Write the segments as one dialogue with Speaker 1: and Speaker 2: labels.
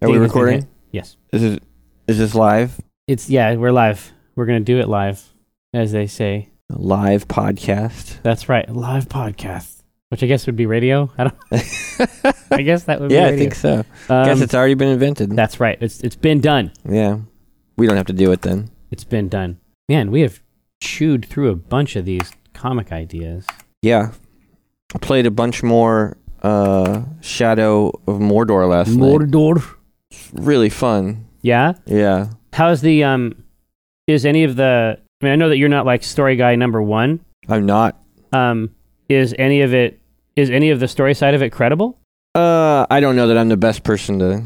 Speaker 1: Are we
Speaker 2: Ding has been hit.
Speaker 1: recording?
Speaker 2: Yes.
Speaker 1: Is it? Is this live?
Speaker 2: It's yeah, we're live. We're gonna do it live, as they say.
Speaker 1: A live podcast.
Speaker 2: That's right, live podcast, which I guess would be radio. I don't. I guess that would
Speaker 1: yeah,
Speaker 2: be
Speaker 1: I
Speaker 2: radio.
Speaker 1: think so.
Speaker 2: Um,
Speaker 1: Guess it's already been invented.
Speaker 2: that's right. It's it's been done.
Speaker 1: yeah, we don't have to do it then.
Speaker 2: It's been done. Man, we have chewed through a bunch of these comic ideas.
Speaker 1: Yeah, I played a bunch more uh, Shadow of Mordor last night.
Speaker 2: Mordor.
Speaker 1: It's Really fun.
Speaker 2: Yeah.
Speaker 1: Yeah.
Speaker 2: How's the um? Is any of the? I mean, I know that you're not like story guy number one.
Speaker 1: I'm not.
Speaker 2: Um, is any of it? Is any of the story side of it credible?
Speaker 1: Uh, I don't know that I'm the best person to.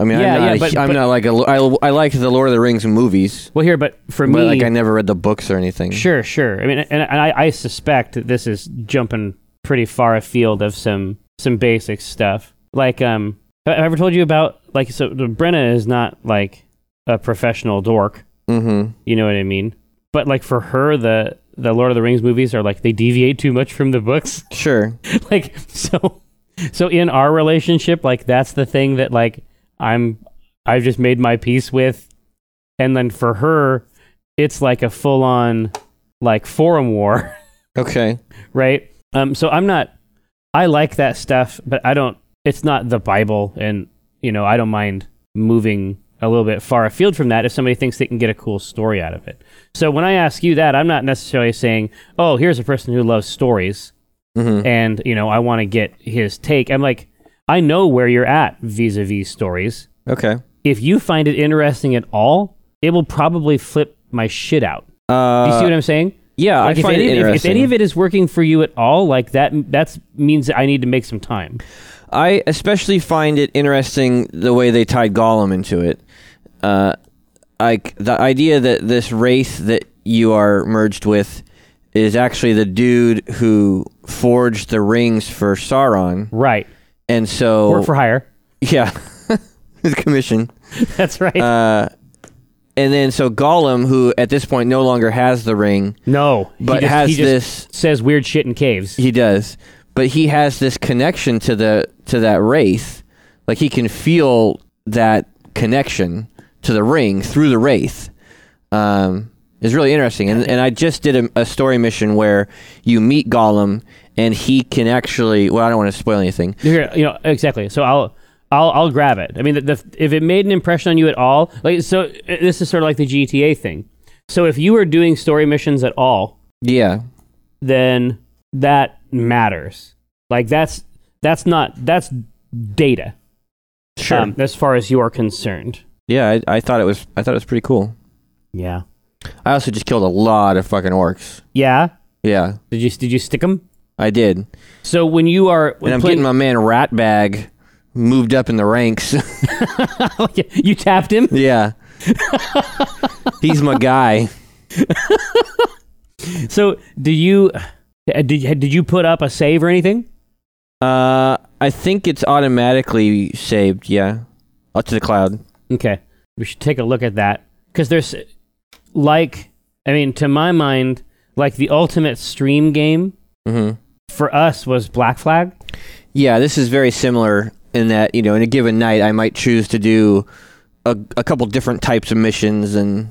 Speaker 1: I mean,
Speaker 2: Yeah,
Speaker 1: I'm not.
Speaker 2: yeah,
Speaker 1: a-
Speaker 2: but-
Speaker 1: I'm
Speaker 2: but-
Speaker 1: not like a. I, I liked the Lord of the Rings movies,
Speaker 2: Well, here, but for
Speaker 1: but
Speaker 2: me,
Speaker 1: like I never read the books or anything.
Speaker 2: Sure, sure. I mean, and, and I, I suspect that this is jumping pretty far afield of some some basic stuff. Like, um, have I ever told you about like so? Brenna is not like a professional dork.
Speaker 1: Mm-hmm.
Speaker 2: You know what I mean? But like for her, the the Lord of the Rings movies are like they deviate too much from the books.
Speaker 1: Sure.
Speaker 2: like so, so in our relationship, like that's the thing that like I'm I've just made my peace with, and then for her, it's like a full on like forum war.
Speaker 1: Okay.
Speaker 2: right? Um, so I'm not. I like that stuff, but I don't. It's not the Bible, and you know, I don't mind moving a little bit far afield from that if somebody thinks they can get a cool story out of it. So when I ask you that, I'm not necessarily saying, "Oh, here's a person who loves stories,
Speaker 1: Mm-hmm.
Speaker 2: and you know, I want to get his take." I'm like, I know where you're at vis-a-vis stories.
Speaker 1: Okay.
Speaker 2: If you find it interesting at all, it will probably flip my shit out.
Speaker 1: Uh,
Speaker 2: You see what I'm saying?
Speaker 1: yeah,
Speaker 2: Like,
Speaker 1: I
Speaker 2: if,
Speaker 1: find
Speaker 2: any,
Speaker 1: it
Speaker 2: if- if
Speaker 1: interesting.
Speaker 2: any of it is working for you at all, like that, that means that I need to make some time.
Speaker 1: I especially find it interesting the way they tied Gollum into it. Uh, like the idea that this race that you are merged with is actually the dude who forged the rings for Sauron,
Speaker 2: Right.
Speaker 1: and so
Speaker 2: Work for hire.
Speaker 1: yeah, his commission.
Speaker 2: That's right.
Speaker 1: Uh, and then so Gollum, who at this point no longer has the ring,
Speaker 2: no. He
Speaker 1: but
Speaker 2: just-
Speaker 1: has
Speaker 2: he just
Speaker 1: this
Speaker 2: Says weird shit in caves.
Speaker 1: He does, but he has this connection to the to that wraith. Like he can feel that connection to the ring through the wraith. Um, is really interesting, and and I just did a, a story mission where you meet Gollum, and he can actually. Well, I don't want to spoil anything.
Speaker 2: Here, you know exactly. So I'll. I'll, I'll grab it. I mean, the, the, if it made an impression on you at all, like so, uh, this is sort of like the GTA thing. So if you were doing story missions at all,
Speaker 1: Yeah,
Speaker 2: then that matters. Like that's that's not that's data
Speaker 1: sure.
Speaker 2: um, as far as you are concerned.
Speaker 1: yeah, I, I thought it was. I thought it was pretty cool.
Speaker 2: Yeah.
Speaker 1: I also just killed a lot of fucking orcs.
Speaker 2: Yeah.
Speaker 1: Yeah,
Speaker 2: Did you did you stick them?
Speaker 1: I did.
Speaker 2: So when you are
Speaker 1: And
Speaker 2: when
Speaker 1: I'm
Speaker 2: playing,
Speaker 1: getting my man Ratbag moved up in the ranks.
Speaker 2: you tapped him.
Speaker 1: Yeah. He's my guy.
Speaker 2: So do you uh, did did you put up a save or anything?
Speaker 1: Uh, I think it's automatically saved. Yeah, up to the cloud.
Speaker 2: Okay, we should take a look at that because there's like I mean to my mind like the ultimate stream game
Speaker 1: hmm
Speaker 2: for us was Black Flag.
Speaker 1: Yeah, this is very similar in that you know, in a given night, I might choose to do a, a couple different types of missions and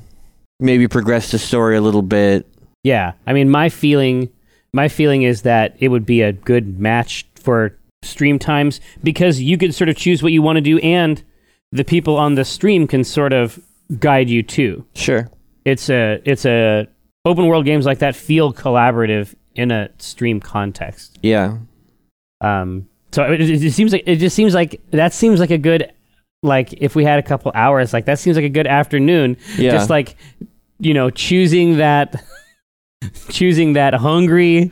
Speaker 1: maybe progress the story a little bit.
Speaker 2: Yeah, I mean my feeling my feeling is that it would be a good match for stream times because you could sort of choose what you want to do and the people on the stream can sort of guide you too.
Speaker 1: Sure.
Speaker 2: it's a it's a open world games like that feel collaborative in a stream context.
Speaker 1: Yeah.
Speaker 2: Um, so it, it just seems like it just seems like that seems like a good like if we had a couple hours like that seems like a good afternoon.
Speaker 1: Yeah.
Speaker 2: Just like you know choosing that choosing that hungry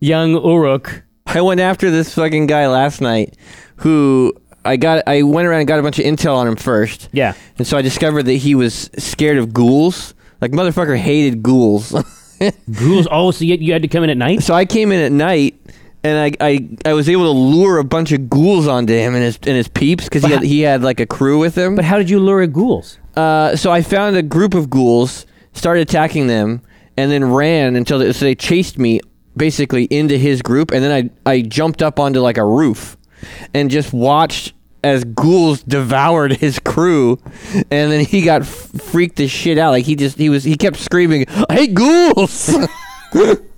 Speaker 2: young Uruk.
Speaker 1: I went after this fucking guy last night, who I got. I went around and got a bunch of intel on him first.
Speaker 2: Yeah,
Speaker 1: And so I discovered that he was scared of ghouls. Like motherfucker hated ghouls.
Speaker 2: ghouls. Oh, so you, you had to come in at night.
Speaker 1: so I came in at night and I, I I was able to lure a bunch of ghouls onto him and his and his peeps because he
Speaker 2: But
Speaker 1: had
Speaker 2: ho-
Speaker 1: he had like a crew with him.
Speaker 2: But how did you lure ghouls?
Speaker 1: Uh, so I found a group of ghouls, started attacking them, and then ran until they, so they chased me basically into his group, and then I I jumped up onto like a roof, and just watched as ghouls devoured his crew, and then he got f- freaked the shit out. Like he just he was he kept screaming, "I hate ghouls!"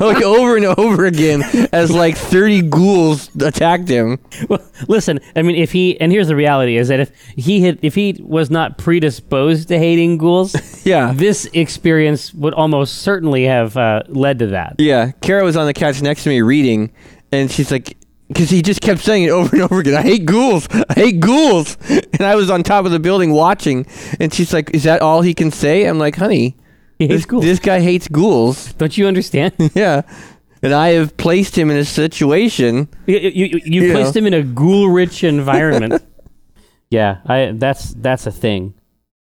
Speaker 1: like over and over again as like thirty ghouls attacked him.
Speaker 2: Well, listen, I mean, if he and here's the reality is that if he had if he was not predisposed to hating ghouls,
Speaker 1: Yeah.
Speaker 2: this experience would almost certainly have uh, led to that.
Speaker 1: Yeah, Kara was on the couch next to me reading, and she's like, because he just kept saying it over and over again. I hate ghouls. I hate ghouls. And I was on top of the building watching, and she's like, "Is that all he can say?" I'm like, "Honey,
Speaker 2: He hates
Speaker 1: this,
Speaker 2: ghouls.
Speaker 1: this guy hates ghouls."
Speaker 2: Don't you understand? you
Speaker 1: yeah, and I have placed him in a situation.
Speaker 2: you, you- you
Speaker 1: Yeah.
Speaker 2: placed him in a ghoul-rich environment. yeah, I that's that's a thing.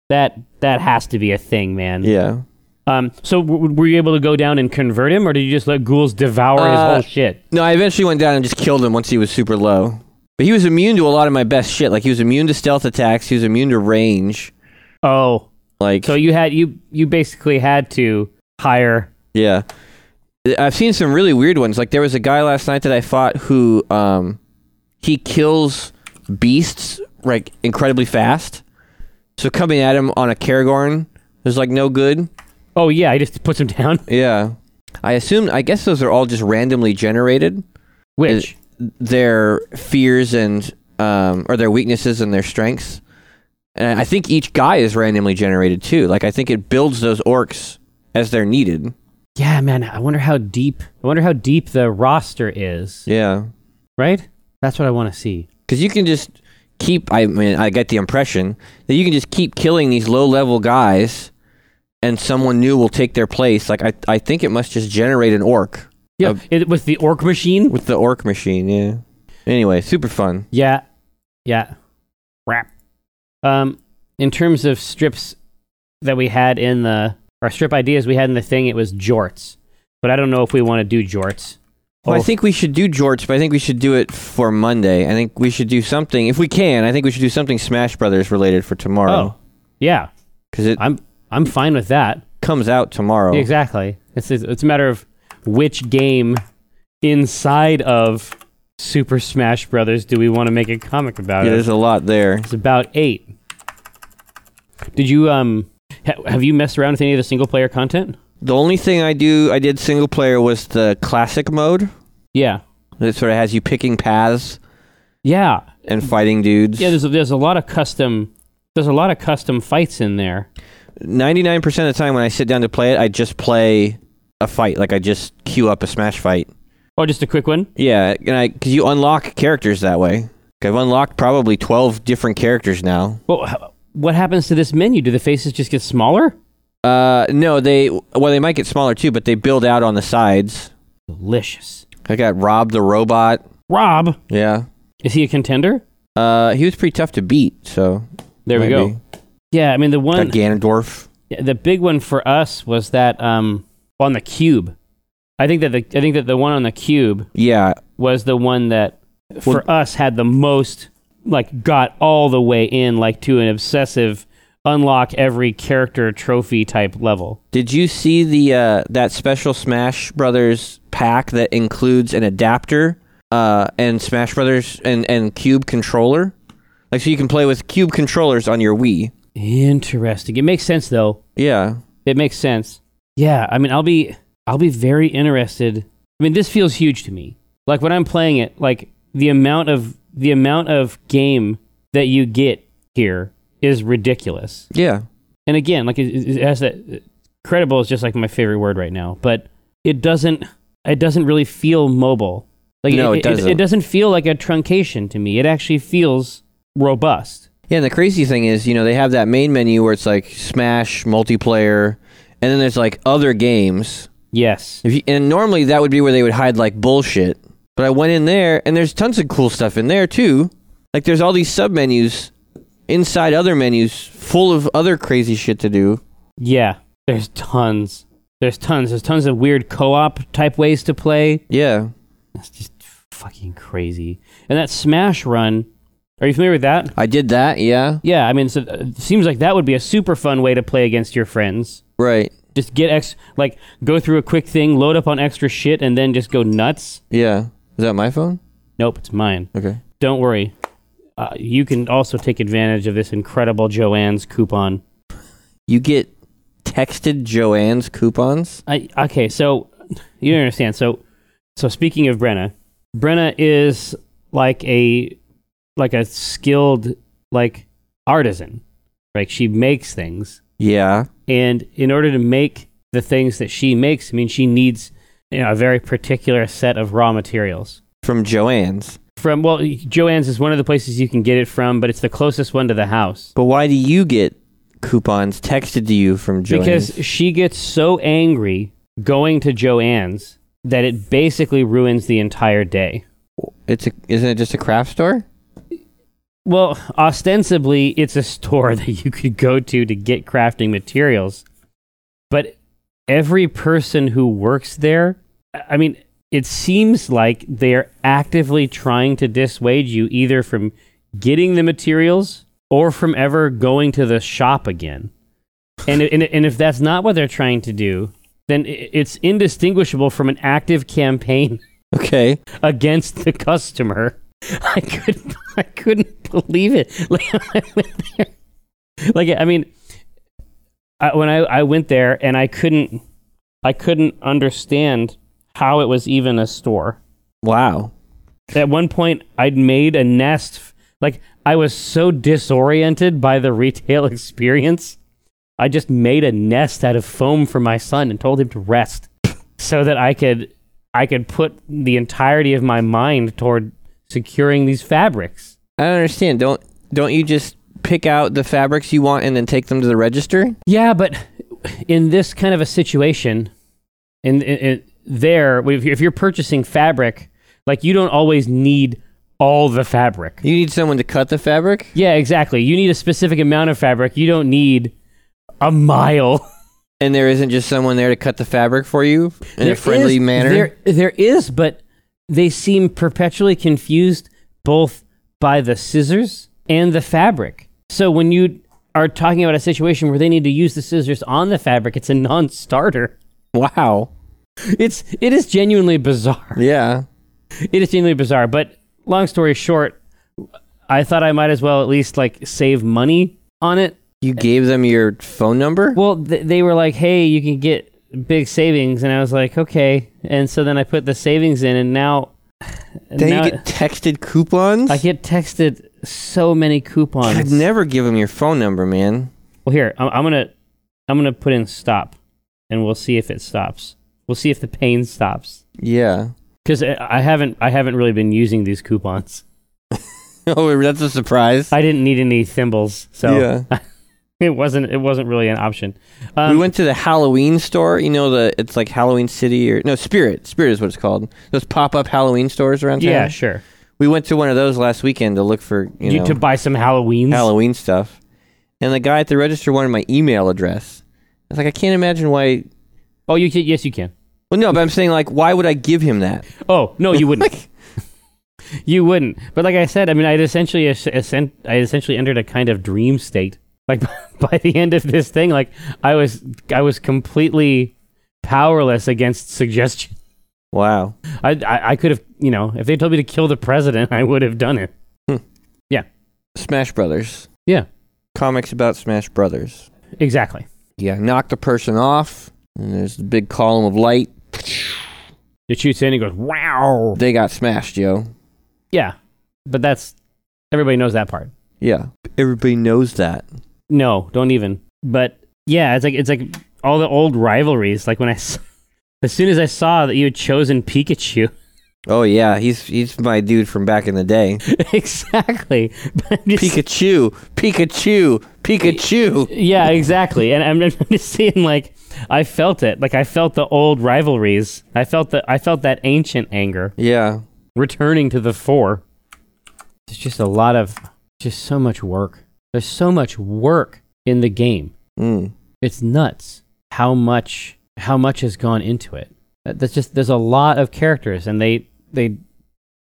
Speaker 2: That that has to be a thing, man.
Speaker 1: Yeah,
Speaker 2: Um, so w- were you able to go down and convert him, or did you just let ghouls devour his
Speaker 1: Uh,
Speaker 2: whole shit?
Speaker 1: no, I eventually went down and just killed him once he was super low. But he was immune to a lot of my best shit. Like he was immune to stealth attacks. He was immune to range.
Speaker 2: Oh,
Speaker 1: Like
Speaker 2: so you had you you basically had to hire
Speaker 1: Yeah. I've seen some really weird ones. Like there was a guy last night that I fought who um he kills beasts like incredibly fast. So coming at him on a Karagorn is like no good.
Speaker 2: Oh yeah, I just puts him down.
Speaker 1: Yeah. I assume I guess those are all just randomly generated. Uh,
Speaker 2: Which
Speaker 1: Their fears and um or their weaknesses and their strengths. And I think each guy is randomly generated too. Like I think it builds those orcs as they're needed.
Speaker 2: yeah, man, I wonder how deep. I wonder how deep the roster is.
Speaker 1: Yeah.
Speaker 2: Right? That's what I want to see.
Speaker 1: Because you can just keep. I mean, I get the impression that you can just keep killing these low level guys, and someone new will take their place. Like I, I think it must just generate an orc
Speaker 2: Yeah,
Speaker 1: Uh,
Speaker 2: it, Um, with the orc machine.
Speaker 1: with the orc machine. Yeah. Anyway, super fun.
Speaker 2: Yeah, yeah. Rap. Um, in terms of strips that we had in the our strip ideas we had in the thing, it was jorts. But I don't know if we want to do jorts.
Speaker 1: Well,
Speaker 2: Oh,
Speaker 1: I think we should do jorts, but I think we should do it for Monday. I think we should do something if we can. I think we should do something Smash Brothers related for
Speaker 2: Oh,
Speaker 1: tomorrow
Speaker 2: yeah.
Speaker 1: because it
Speaker 2: I'm I'm fine with that.
Speaker 1: comes out
Speaker 2: Oh.
Speaker 1: tomorrow.
Speaker 2: Exactly. It's, it's it's a matter of which game inside of Super Smash Brothers do we want to make a comic about
Speaker 1: Yeah,
Speaker 2: it?
Speaker 1: there's a lot there.
Speaker 2: It's about eight. Did you um ha- have you messed around with any of the single player content?
Speaker 1: The only thing I do, I did single player was the classic mode.
Speaker 2: Yeah.
Speaker 1: It sort of has you picking paths.
Speaker 2: Yeah.
Speaker 1: and fighting dudes.
Speaker 2: Yeah. There's a, there's a lot of custom there's a lot of custom fights in there.
Speaker 1: Ninety-nine percent of the time when I sit down to play it, I just play a fight. Like I just queue up a smash fight.
Speaker 2: Oh, just a quick one.
Speaker 1: Yeah, and I because you unlock characters that way. Like, I've unlocked probably twelve different characters now.
Speaker 2: Well, h- what happens to this menu? Do the faces just get smaller?
Speaker 1: Uh, no, they well they might get smaller too, but they build out on the sides.
Speaker 2: Delicious.
Speaker 1: I got Rob the robot.
Speaker 2: Rob,
Speaker 1: Yeah.
Speaker 2: is he a contender?
Speaker 1: Uh, he was pretty tough to beat. So
Speaker 2: There we go.
Speaker 1: maybe.
Speaker 2: Yeah, I mean the one
Speaker 1: Got Ganondorf.
Speaker 2: Yeah, the big one for us was that um, on the cube. I think that the I think that the one on the cube
Speaker 1: Yeah,
Speaker 2: was the one that for us had the most like got all the way in like to an obsessive unlock every character trophy type level.
Speaker 1: Did you see the uh, that special Smash Brothers pack that includes an adapter uh, and Smash Brothers and, and Cube controller? Like so you can play with Cube controllers on your Wii.
Speaker 2: Interesting. It makes sense though.
Speaker 1: Yeah.
Speaker 2: It makes sense. Yeah, I mean, I'll be I'll be very interested. I mean, this feels huge to me. Like when I'm playing it, like the amount of the amount of game that you get here is ridiculous.
Speaker 1: Yeah.
Speaker 2: And again, like it, it it has that credible is just like my favorite word right now, but it doesn't it doesn't really feel mobile. Like
Speaker 1: No, it
Speaker 2: It,
Speaker 1: doesn't.
Speaker 2: doesn't feel like a truncation to me. It actually feels robust.
Speaker 1: Yeah, and the crazy thing is, you know, they have that main menu where it's like Smash multiplayer and then there's like other games.
Speaker 2: Yes.
Speaker 1: If you, and normally that would be where they would hide like bullshit. But I went in there and there's tons of cool stuff in there too. Like there's all these sub menus inside other menus full of other crazy shit to do.
Speaker 2: Yeah, there's tons. There's tons. There's tons of weird co-op type ways to play.
Speaker 1: Yeah.
Speaker 2: That's just fucking crazy. And that Smash Run, are you familiar with that?
Speaker 1: I did that, yeah.
Speaker 2: Yeah, I mean, so, it seems like that would be a super fun way to play against your friends.
Speaker 1: Right.
Speaker 2: Just get ex, like go through a quick thing, load up on extra shit, and then just go nuts.
Speaker 1: Yeah. Is that my phone?
Speaker 2: Nope, it's mine.
Speaker 1: Okay.
Speaker 2: Don't worry. uh, you can also take advantage of this incredible Joanne's coupon.
Speaker 1: You get texted Joanne's coupons.
Speaker 2: I okay, so you don't understand. So so speaking of Brenna, Brenna is like a like a skilled like artisan. Like she makes things.
Speaker 1: Yeah.
Speaker 2: And in order to make the things that she makes, I mean she needs you know, a very particular set of raw materials.
Speaker 1: From Joanne's.
Speaker 2: From well, Joann's is one of the places you can get it from, but it's the closest one to the house.
Speaker 1: But why do you get coupons texted to you from Joanne's?
Speaker 2: Because she gets so angry going to Joanne's that it basically ruins the entire day.
Speaker 1: it's a, isn't it just a craft store?
Speaker 2: Well, ostensibly, it's a store that you could go to to get crafting materials. But every person who works there, I- I mean, it seems like they're actively trying to dissuade you either from getting the materials or from ever going to the shop again. And, i- and, i- and if that's not what they're trying to do, then i- it's indistinguishable from an active campaign
Speaker 1: Okay.
Speaker 2: against the customer. I couldn't I couldn't believe it. Like I went there. Like I mean I, when I, I went there and I couldn't I couldn't understand how it was even a store.
Speaker 1: Wow.
Speaker 2: At one point I'd made a nest f- like I was so disoriented by the retail experience. I just made a nest out of foam for my son and told him to rest so that I could I could put the entirety of my mind toward securing these fabrics.
Speaker 1: I don't understand. Don't don't you just pick out the fabrics you want and then take them to the register?
Speaker 2: Yeah, but in this kind of a situation, in, in, in there, if you're- if you're purchasing fabric, like you don't always need all the fabric.
Speaker 1: You need someone to cut the fabric?
Speaker 2: Yeah, exactly. You need a specific amount of fabric. You don't need a mile.
Speaker 1: And there isn't just someone there to cut the fabric for you in a
Speaker 2: There
Speaker 1: friendly
Speaker 2: is-
Speaker 1: manner?
Speaker 2: There, there is, but they seem perpetually confused both by the scissors and the fabric. So when you are talking about a situation where they need to use the scissors on the fabric, it's a non-starter.
Speaker 1: Wow.
Speaker 2: It's it is genuinely bizarre.
Speaker 1: Yeah.
Speaker 2: It is genuinely bizarre. But long story short, I thought I might as well at least like save money on it
Speaker 1: You gave them your phone number?
Speaker 2: Well, th- they were like, "Hey, you can get big savings," and I was like, "Okay." And so then I put the savings in, and now,
Speaker 1: Then
Speaker 2: now
Speaker 1: you get texted coupons?
Speaker 2: I get texted so many coupons.
Speaker 1: I'd never give them your phone number, man.
Speaker 2: well, here I'm, I'm gonna I'm gonna put in stop, and we'll see if it stops. We'll see if the pain stops
Speaker 1: Yeah.
Speaker 2: because I I haven't I haven't really been using these coupons.
Speaker 1: oh, that's a surprise.
Speaker 2: I didn't need any thimbles, so
Speaker 1: Yeah.
Speaker 2: it wasn't it wasn't really an option.
Speaker 1: we
Speaker 2: Um,
Speaker 1: went to the Halloween store. You know the it's like Halloween City or no Spirit. Spirit is what it's called. Those pop up Halloween stores around town.
Speaker 2: yeah, sure.
Speaker 1: We went to one of those last weekend to look for you,
Speaker 2: You
Speaker 1: know
Speaker 2: to buy some Halloweens.
Speaker 1: Halloween stuff, and the guy at the register wanted my email address. I was like, I can't imagine why.
Speaker 2: oh, you can, yes, you can.
Speaker 1: Well, no, but I'm saying like, why would I give him that?
Speaker 2: Oh no, you wouldn't.
Speaker 1: Like,
Speaker 2: You wouldn't. But like I said, I mean, I'd essentially es- essen- I essentially entered a kind of dream state. Like by the end of this thing, like I was I was completely powerless against suggestion.
Speaker 1: wow.
Speaker 2: I I, I could have you know if they told me to kill the president, I would have done it.
Speaker 1: Smash Brothers.
Speaker 2: Yeah.
Speaker 1: Comics about Smash Brothers.
Speaker 2: Exactly.
Speaker 1: Yeah. Knock the person off, and there's the big column of light.
Speaker 2: It shoots in and goes wow.
Speaker 1: They got smashed, yo.
Speaker 2: Yeah, but that's everybody knows that part.
Speaker 1: Yeah. Everybody knows that.
Speaker 2: No, don't even. But yeah, it's like it's like all the old rivalries. Like when I s- as soon as I saw that you had chosen Pikachu.
Speaker 1: Oh yeah, he's he's my dude from back in the day.
Speaker 2: exactly. But I'm just-
Speaker 1: Pikachu, Pikachu, Pikachu.
Speaker 2: yeah, exactly. And I'm, I'm just seeing like I felt it. Like I felt the old rivalries. I felt the I felt that ancient anger
Speaker 1: Yeah.
Speaker 2: returning to the fore. There's just a lot of just so much work. There's so much work in the game.
Speaker 1: Mm.
Speaker 2: It's nuts how much how much has gone into it. That- That's just there's a lot of characters and they they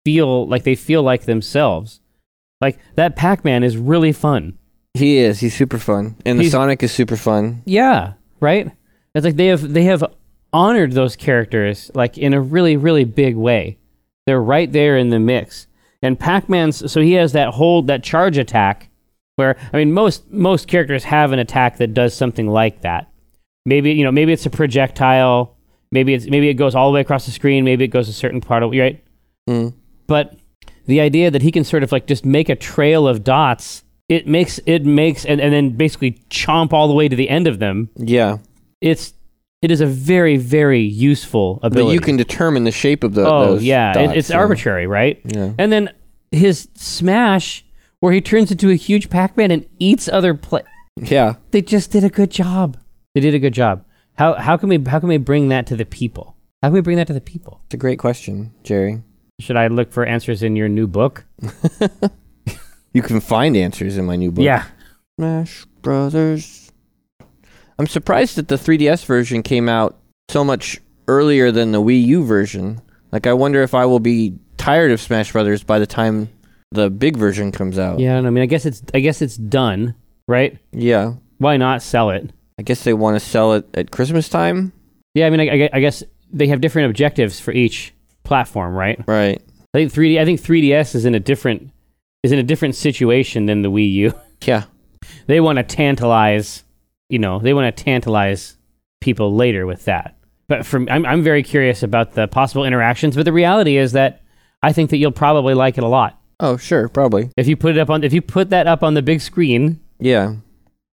Speaker 2: feel like they feel like themselves. Like that Pac-Man is really fun.
Speaker 1: He is. He's super fun, and the
Speaker 2: He's-
Speaker 1: Sonic is super fun.
Speaker 2: Yeah, right. It's like they have they have honored those characters like in a really really big way. They're right there in the mix, And Pac-Man's so he has that hold that charge attack where I mean most most characters have an attack that does something like that. Maybe you know maybe it's a projectile, maybe it's maybe it goes all the way across the screen, maybe it goes a certain part of right.
Speaker 1: Mm.
Speaker 2: But the idea that he can sort of like just make a trail of dots, it makes it makes and, and then basically chomp all the way to the end of them.
Speaker 1: Yeah.
Speaker 2: It's it is a very very useful ability.
Speaker 1: But you can determine the shape of the.
Speaker 2: oh
Speaker 1: those
Speaker 2: yeah,
Speaker 1: dots,
Speaker 2: it, it's
Speaker 1: so-
Speaker 2: arbitrary, right?
Speaker 1: Yeah.
Speaker 2: And then his smash, where he turns into a huge Pac-Man and eats other pla-
Speaker 1: Yeah.
Speaker 2: They just did a good job. They did a good job. How how can we how can we bring that to the people? How can we bring that to the people?
Speaker 1: It's a great question, Jerry.
Speaker 2: Should I look for answers in your new book?
Speaker 1: You can find answers in my new book.
Speaker 2: Yeah.
Speaker 1: Smash Brothers. I'm surprised that the 3DS version came out so much earlier than the Wii U version. Like, I wonder if I will be tired of Smash Brothers by the time the big version comes out.
Speaker 2: Yeah, I don't know. I mean, I guess it's I guess it's done, right?
Speaker 1: Yeah.
Speaker 2: Why not sell it?
Speaker 1: I guess they want to sell it at Christmas time.
Speaker 2: Yeah, I mean, I, I gue- I guess they have different objectives for each platform, right?
Speaker 1: Right.
Speaker 2: I think 3D. I think 3DS is in a different is in a different situation than the Wii U.
Speaker 1: Yeah.
Speaker 2: They want to tantalize, you know, they want to tantalize people later with that. But from I'm I'm very curious about the possible interactions. But the reality is that I think that you'll probably like it a lot
Speaker 1: Oh, sure. Probably.
Speaker 2: if you put it up on if you put that up on the big screen
Speaker 1: Yeah.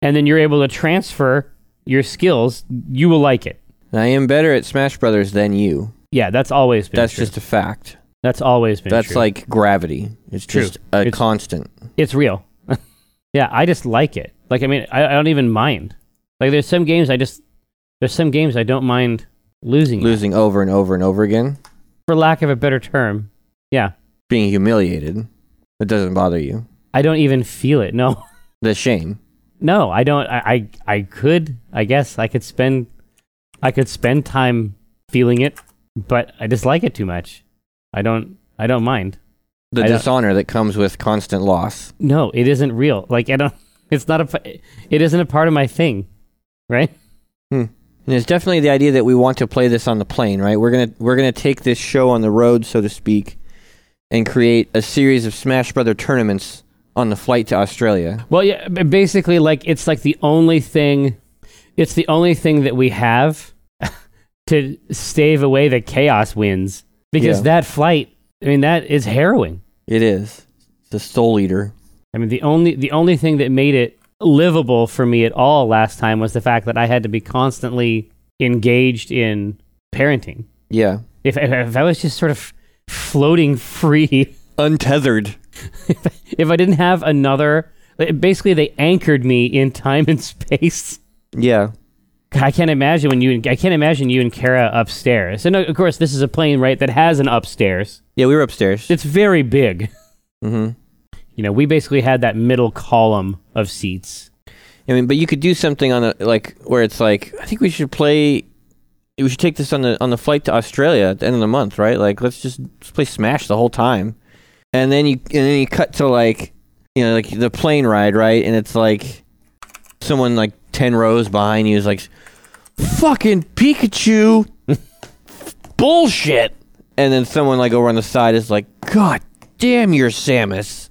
Speaker 2: and then you're able to transfer your skills. You will like it.
Speaker 1: And I am better at Smash Brothers than you.
Speaker 2: Yeah, that's always been
Speaker 1: That's
Speaker 2: true.
Speaker 1: just a fact.
Speaker 2: that's always been
Speaker 1: That's
Speaker 2: true.
Speaker 1: like gravity. It's
Speaker 2: True.
Speaker 1: just a
Speaker 2: It's-
Speaker 1: constant.
Speaker 2: it's real. yeah, I just like it. Like, I mean, I, I don't even mind. Like, there's some games I just, there's some games I don't mind losing, at,
Speaker 1: Losing over and over and over again.
Speaker 2: for lack of a better term. Yeah,
Speaker 1: Being humiliated. It doesn't bother you.
Speaker 2: I don't even feel it. No,
Speaker 1: The shame.
Speaker 2: no, I don't. I, I, I could, I guess, I could spend, I could spend time feeling it, but I just like it too much. I don't, I don't mind.
Speaker 1: The
Speaker 2: I don't-
Speaker 1: dishonor that comes with constant loss.
Speaker 2: No, it isn't real. Like, I don't. It's not a. p- It isn't a part of my thing, right?
Speaker 1: And it's definitely the idea that we want to play this on the plane, right? We're gonna we're gonna take this show on the road, so to speak, and create a series of Smash Brother tournaments on the flight to Australia.
Speaker 2: Well, yeah, b- basically, like it's like the only thing, it's the only thing that we have to stave away the chaos winds because
Speaker 1: Yeah.
Speaker 2: that flight, I mean, that is harrowing.
Speaker 1: It is. It's the soul eater.
Speaker 2: I mean, the only the only thing that made it livable for me at all last time was the fact that I had to be constantly engaged in parenting.
Speaker 1: Yeah.
Speaker 2: If if, if I was just sort of floating free,
Speaker 1: Untethered.
Speaker 2: if I didn't have another, like, basically, they anchored me in time and space.
Speaker 1: Yeah.
Speaker 2: God, I can't imagine when you. and- I can't imagine you and Kara upstairs. And uh, of course, this is a plane, right? That has an upstairs.
Speaker 1: Yeah, we were upstairs.
Speaker 2: It's very big.
Speaker 1: Mm-hmm.
Speaker 2: You know, we basically had that middle column of seats.
Speaker 1: I mean, but you could do something on a like where it's like I think we should play. We should take this on the on the flight to Australia at the end of the month, right? Like let's just let's play Smash the whole time, and then you and then you cut to like you know like the plane ride, right? And it's like someone like ten rows behind you is like fucking Pikachu, bullshit, and then someone like over on the side is like, God damn, you're Samus.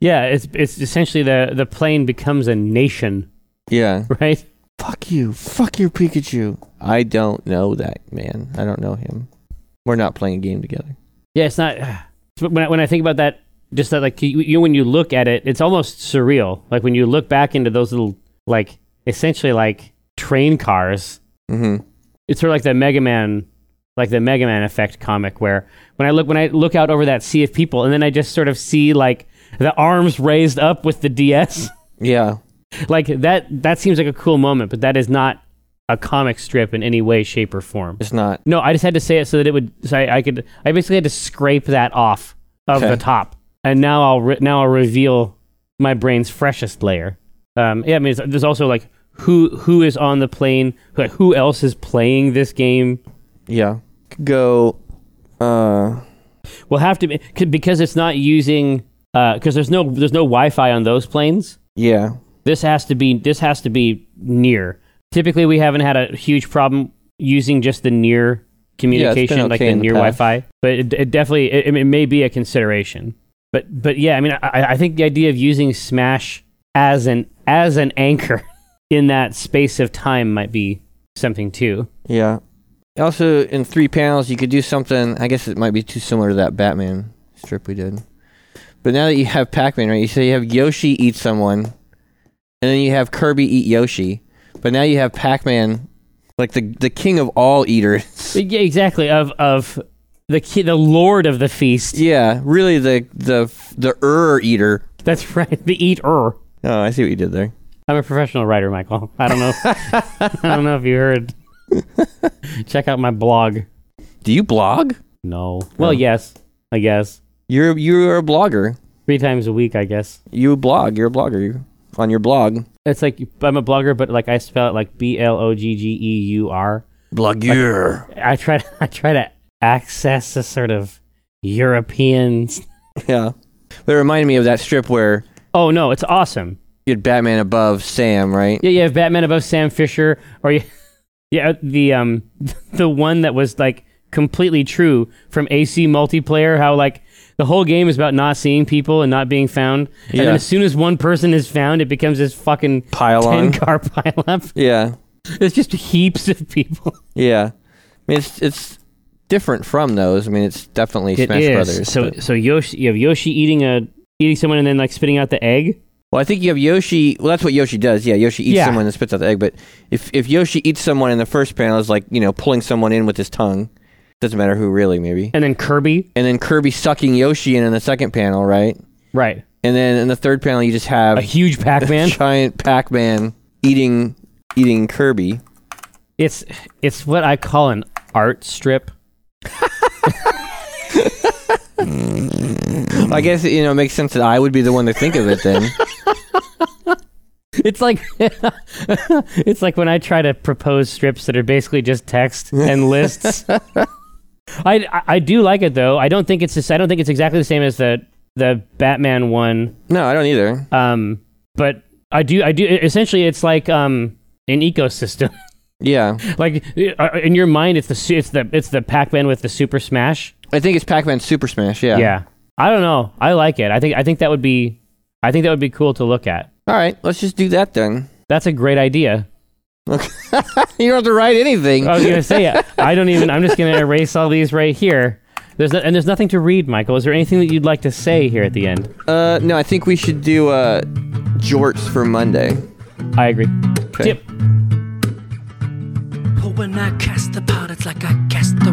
Speaker 2: Yeah, it's it's essentially the the plane becomes a nation,
Speaker 1: Yeah.
Speaker 2: right?
Speaker 1: Fuck you. Fuck your Pikachu. I don't know that man. I don't know him. We're not playing a game together.
Speaker 2: Yeah, it's not. But when I, when I think about that, just that like you, you when you look at it, it's almost surreal. Like when you look back into those little like essentially like train cars
Speaker 1: Mm-hmm.
Speaker 2: it's sort of like the Mega Man, like the Mega Man effect comic, where when I look when I look out over that sea of people, and then I just sort of see like the arms raised up with the DS,
Speaker 1: Yeah.
Speaker 2: like that. That seems like a cool moment, but that is not a comic strip in any way, shape, or form.
Speaker 1: It's not.
Speaker 2: No, I just had to say it so that it would. So I, I could. I basically had to scrape that off of
Speaker 1: Okay.
Speaker 2: the top, and now I'll re- now I'll reveal my brain's freshest layer. Um, yeah, I mean, it's- there's also like who who is on the plane, who, who else is playing this game.
Speaker 1: Yeah. Could Go. Uh.
Speaker 2: We'll have to be, c- because it's not using because there's no there's no Wi-Fi on those planes.
Speaker 1: Yeah.
Speaker 2: This has to be this has to be near. Typically, we haven't had a huge problem using just the near communication, like
Speaker 1: okay
Speaker 2: the
Speaker 1: in the
Speaker 2: near
Speaker 1: past.
Speaker 2: Wi-Fi. But it, it definitely it, it may be a consideration. But but yeah, I mean, I, I think the idea of using Smash as an as an anchor in that space of time might be something too.
Speaker 1: Yeah. Also, in three panels, you could do something. I guess it might be too similar to that Batman strip we did. But now that you have Pac Man, right? You say you have Yoshi eat someone, and then you have Kirby eat Yoshi. But now you have Pac Man, like the the king of all eaters.
Speaker 2: Yeah, exactly. Of of the ki- the lord of the feast.
Speaker 1: yeah, really the the the er eater.
Speaker 2: That's right. The eater.
Speaker 1: Oh, I see what you did there.
Speaker 2: I'm a professional writer, Michael. I don't know. I don't know if you heard. Check out my blog.
Speaker 1: Do you blog?
Speaker 2: No. Well,
Speaker 1: No.
Speaker 2: yes, I guess.
Speaker 1: You're you're a blogger.
Speaker 2: Three times a week, I guess.
Speaker 1: You blog. You're a blogger. You on your blog.
Speaker 2: It's like I'm a blogger, but like I spell it like B L O G G E U R.
Speaker 1: Blogger.
Speaker 2: I try I try to access a sort of European.
Speaker 1: Yeah. But it reminded me of that strip where
Speaker 2: Oh no, it's awesome.
Speaker 1: you had Batman above Sam, right?
Speaker 2: Yeah, you have Batman above Sam Fisher, or you, yeah, the um, the one that was like completely true from AC multiplayer. How like the whole game is about not seeing people and not being found, and
Speaker 1: Yeah.
Speaker 2: then as soon as one person is found, it becomes this fucking
Speaker 1: Pile
Speaker 2: ten
Speaker 1: on.
Speaker 2: car pileup.
Speaker 1: Yeah.
Speaker 2: It's just heaps of people.
Speaker 1: Yeah. I mean, it's it's different from those. I mean, it's definitely Smash Brothers.
Speaker 2: so.
Speaker 1: but-
Speaker 2: So Yoshi, you have Yoshi eating a eating someone and then like spitting out the egg.
Speaker 1: well, I think you have Yoshi. Well, that's what Yoshi does. Yeah, Yoshi eats
Speaker 2: Yeah.
Speaker 1: someone and spits out the egg. But if if Yoshi eats someone in the first panel, is like you know pulling someone in with his tongue. Doesn't matter who really, maybe.
Speaker 2: And then Kirby,
Speaker 1: And then Kirby sucking Yoshi in in the second panel, right?
Speaker 2: right?
Speaker 1: And then in the third panel, you just have
Speaker 2: A huge Pac-Man.
Speaker 1: giant Pac-Man eating eating Kirby.
Speaker 2: It's it's what I call an art strip.
Speaker 1: I guess you know it makes sense that I would be the one to think of it then.
Speaker 2: It's like it's like when I try to propose strips that are basically just text and lists. I, I I do like it though. I don't think it's just, I don't think it's exactly the same as the the Batman one.
Speaker 1: no, I don't either.
Speaker 2: Um, but I do I do e, essentially it's like um an ecosystem.
Speaker 1: Yeah,
Speaker 2: like uh, in your mind it's the su- it's the it's the Pac-Man with the Super Smash.
Speaker 1: I think it's Pac-Man Super Smash. Yeah.
Speaker 2: Yeah. I don't know. I like it. I think I think that would be I think that would be cool to look at.
Speaker 1: All right, let's just do that then.
Speaker 2: That's a great idea.
Speaker 1: You don't have to write anything.
Speaker 2: I was gonna say yeah. I don't even. I'm just gonna erase all these right here. There's no, and there's nothing to read, Michael. Is there anything that you'd like to say here at the end?
Speaker 1: Uh, no, I think we should do uh, jorts for Monday.
Speaker 2: I agree.
Speaker 1: Okay.
Speaker 2: Tip.
Speaker 3: But when I cast the pot, it's like I cast the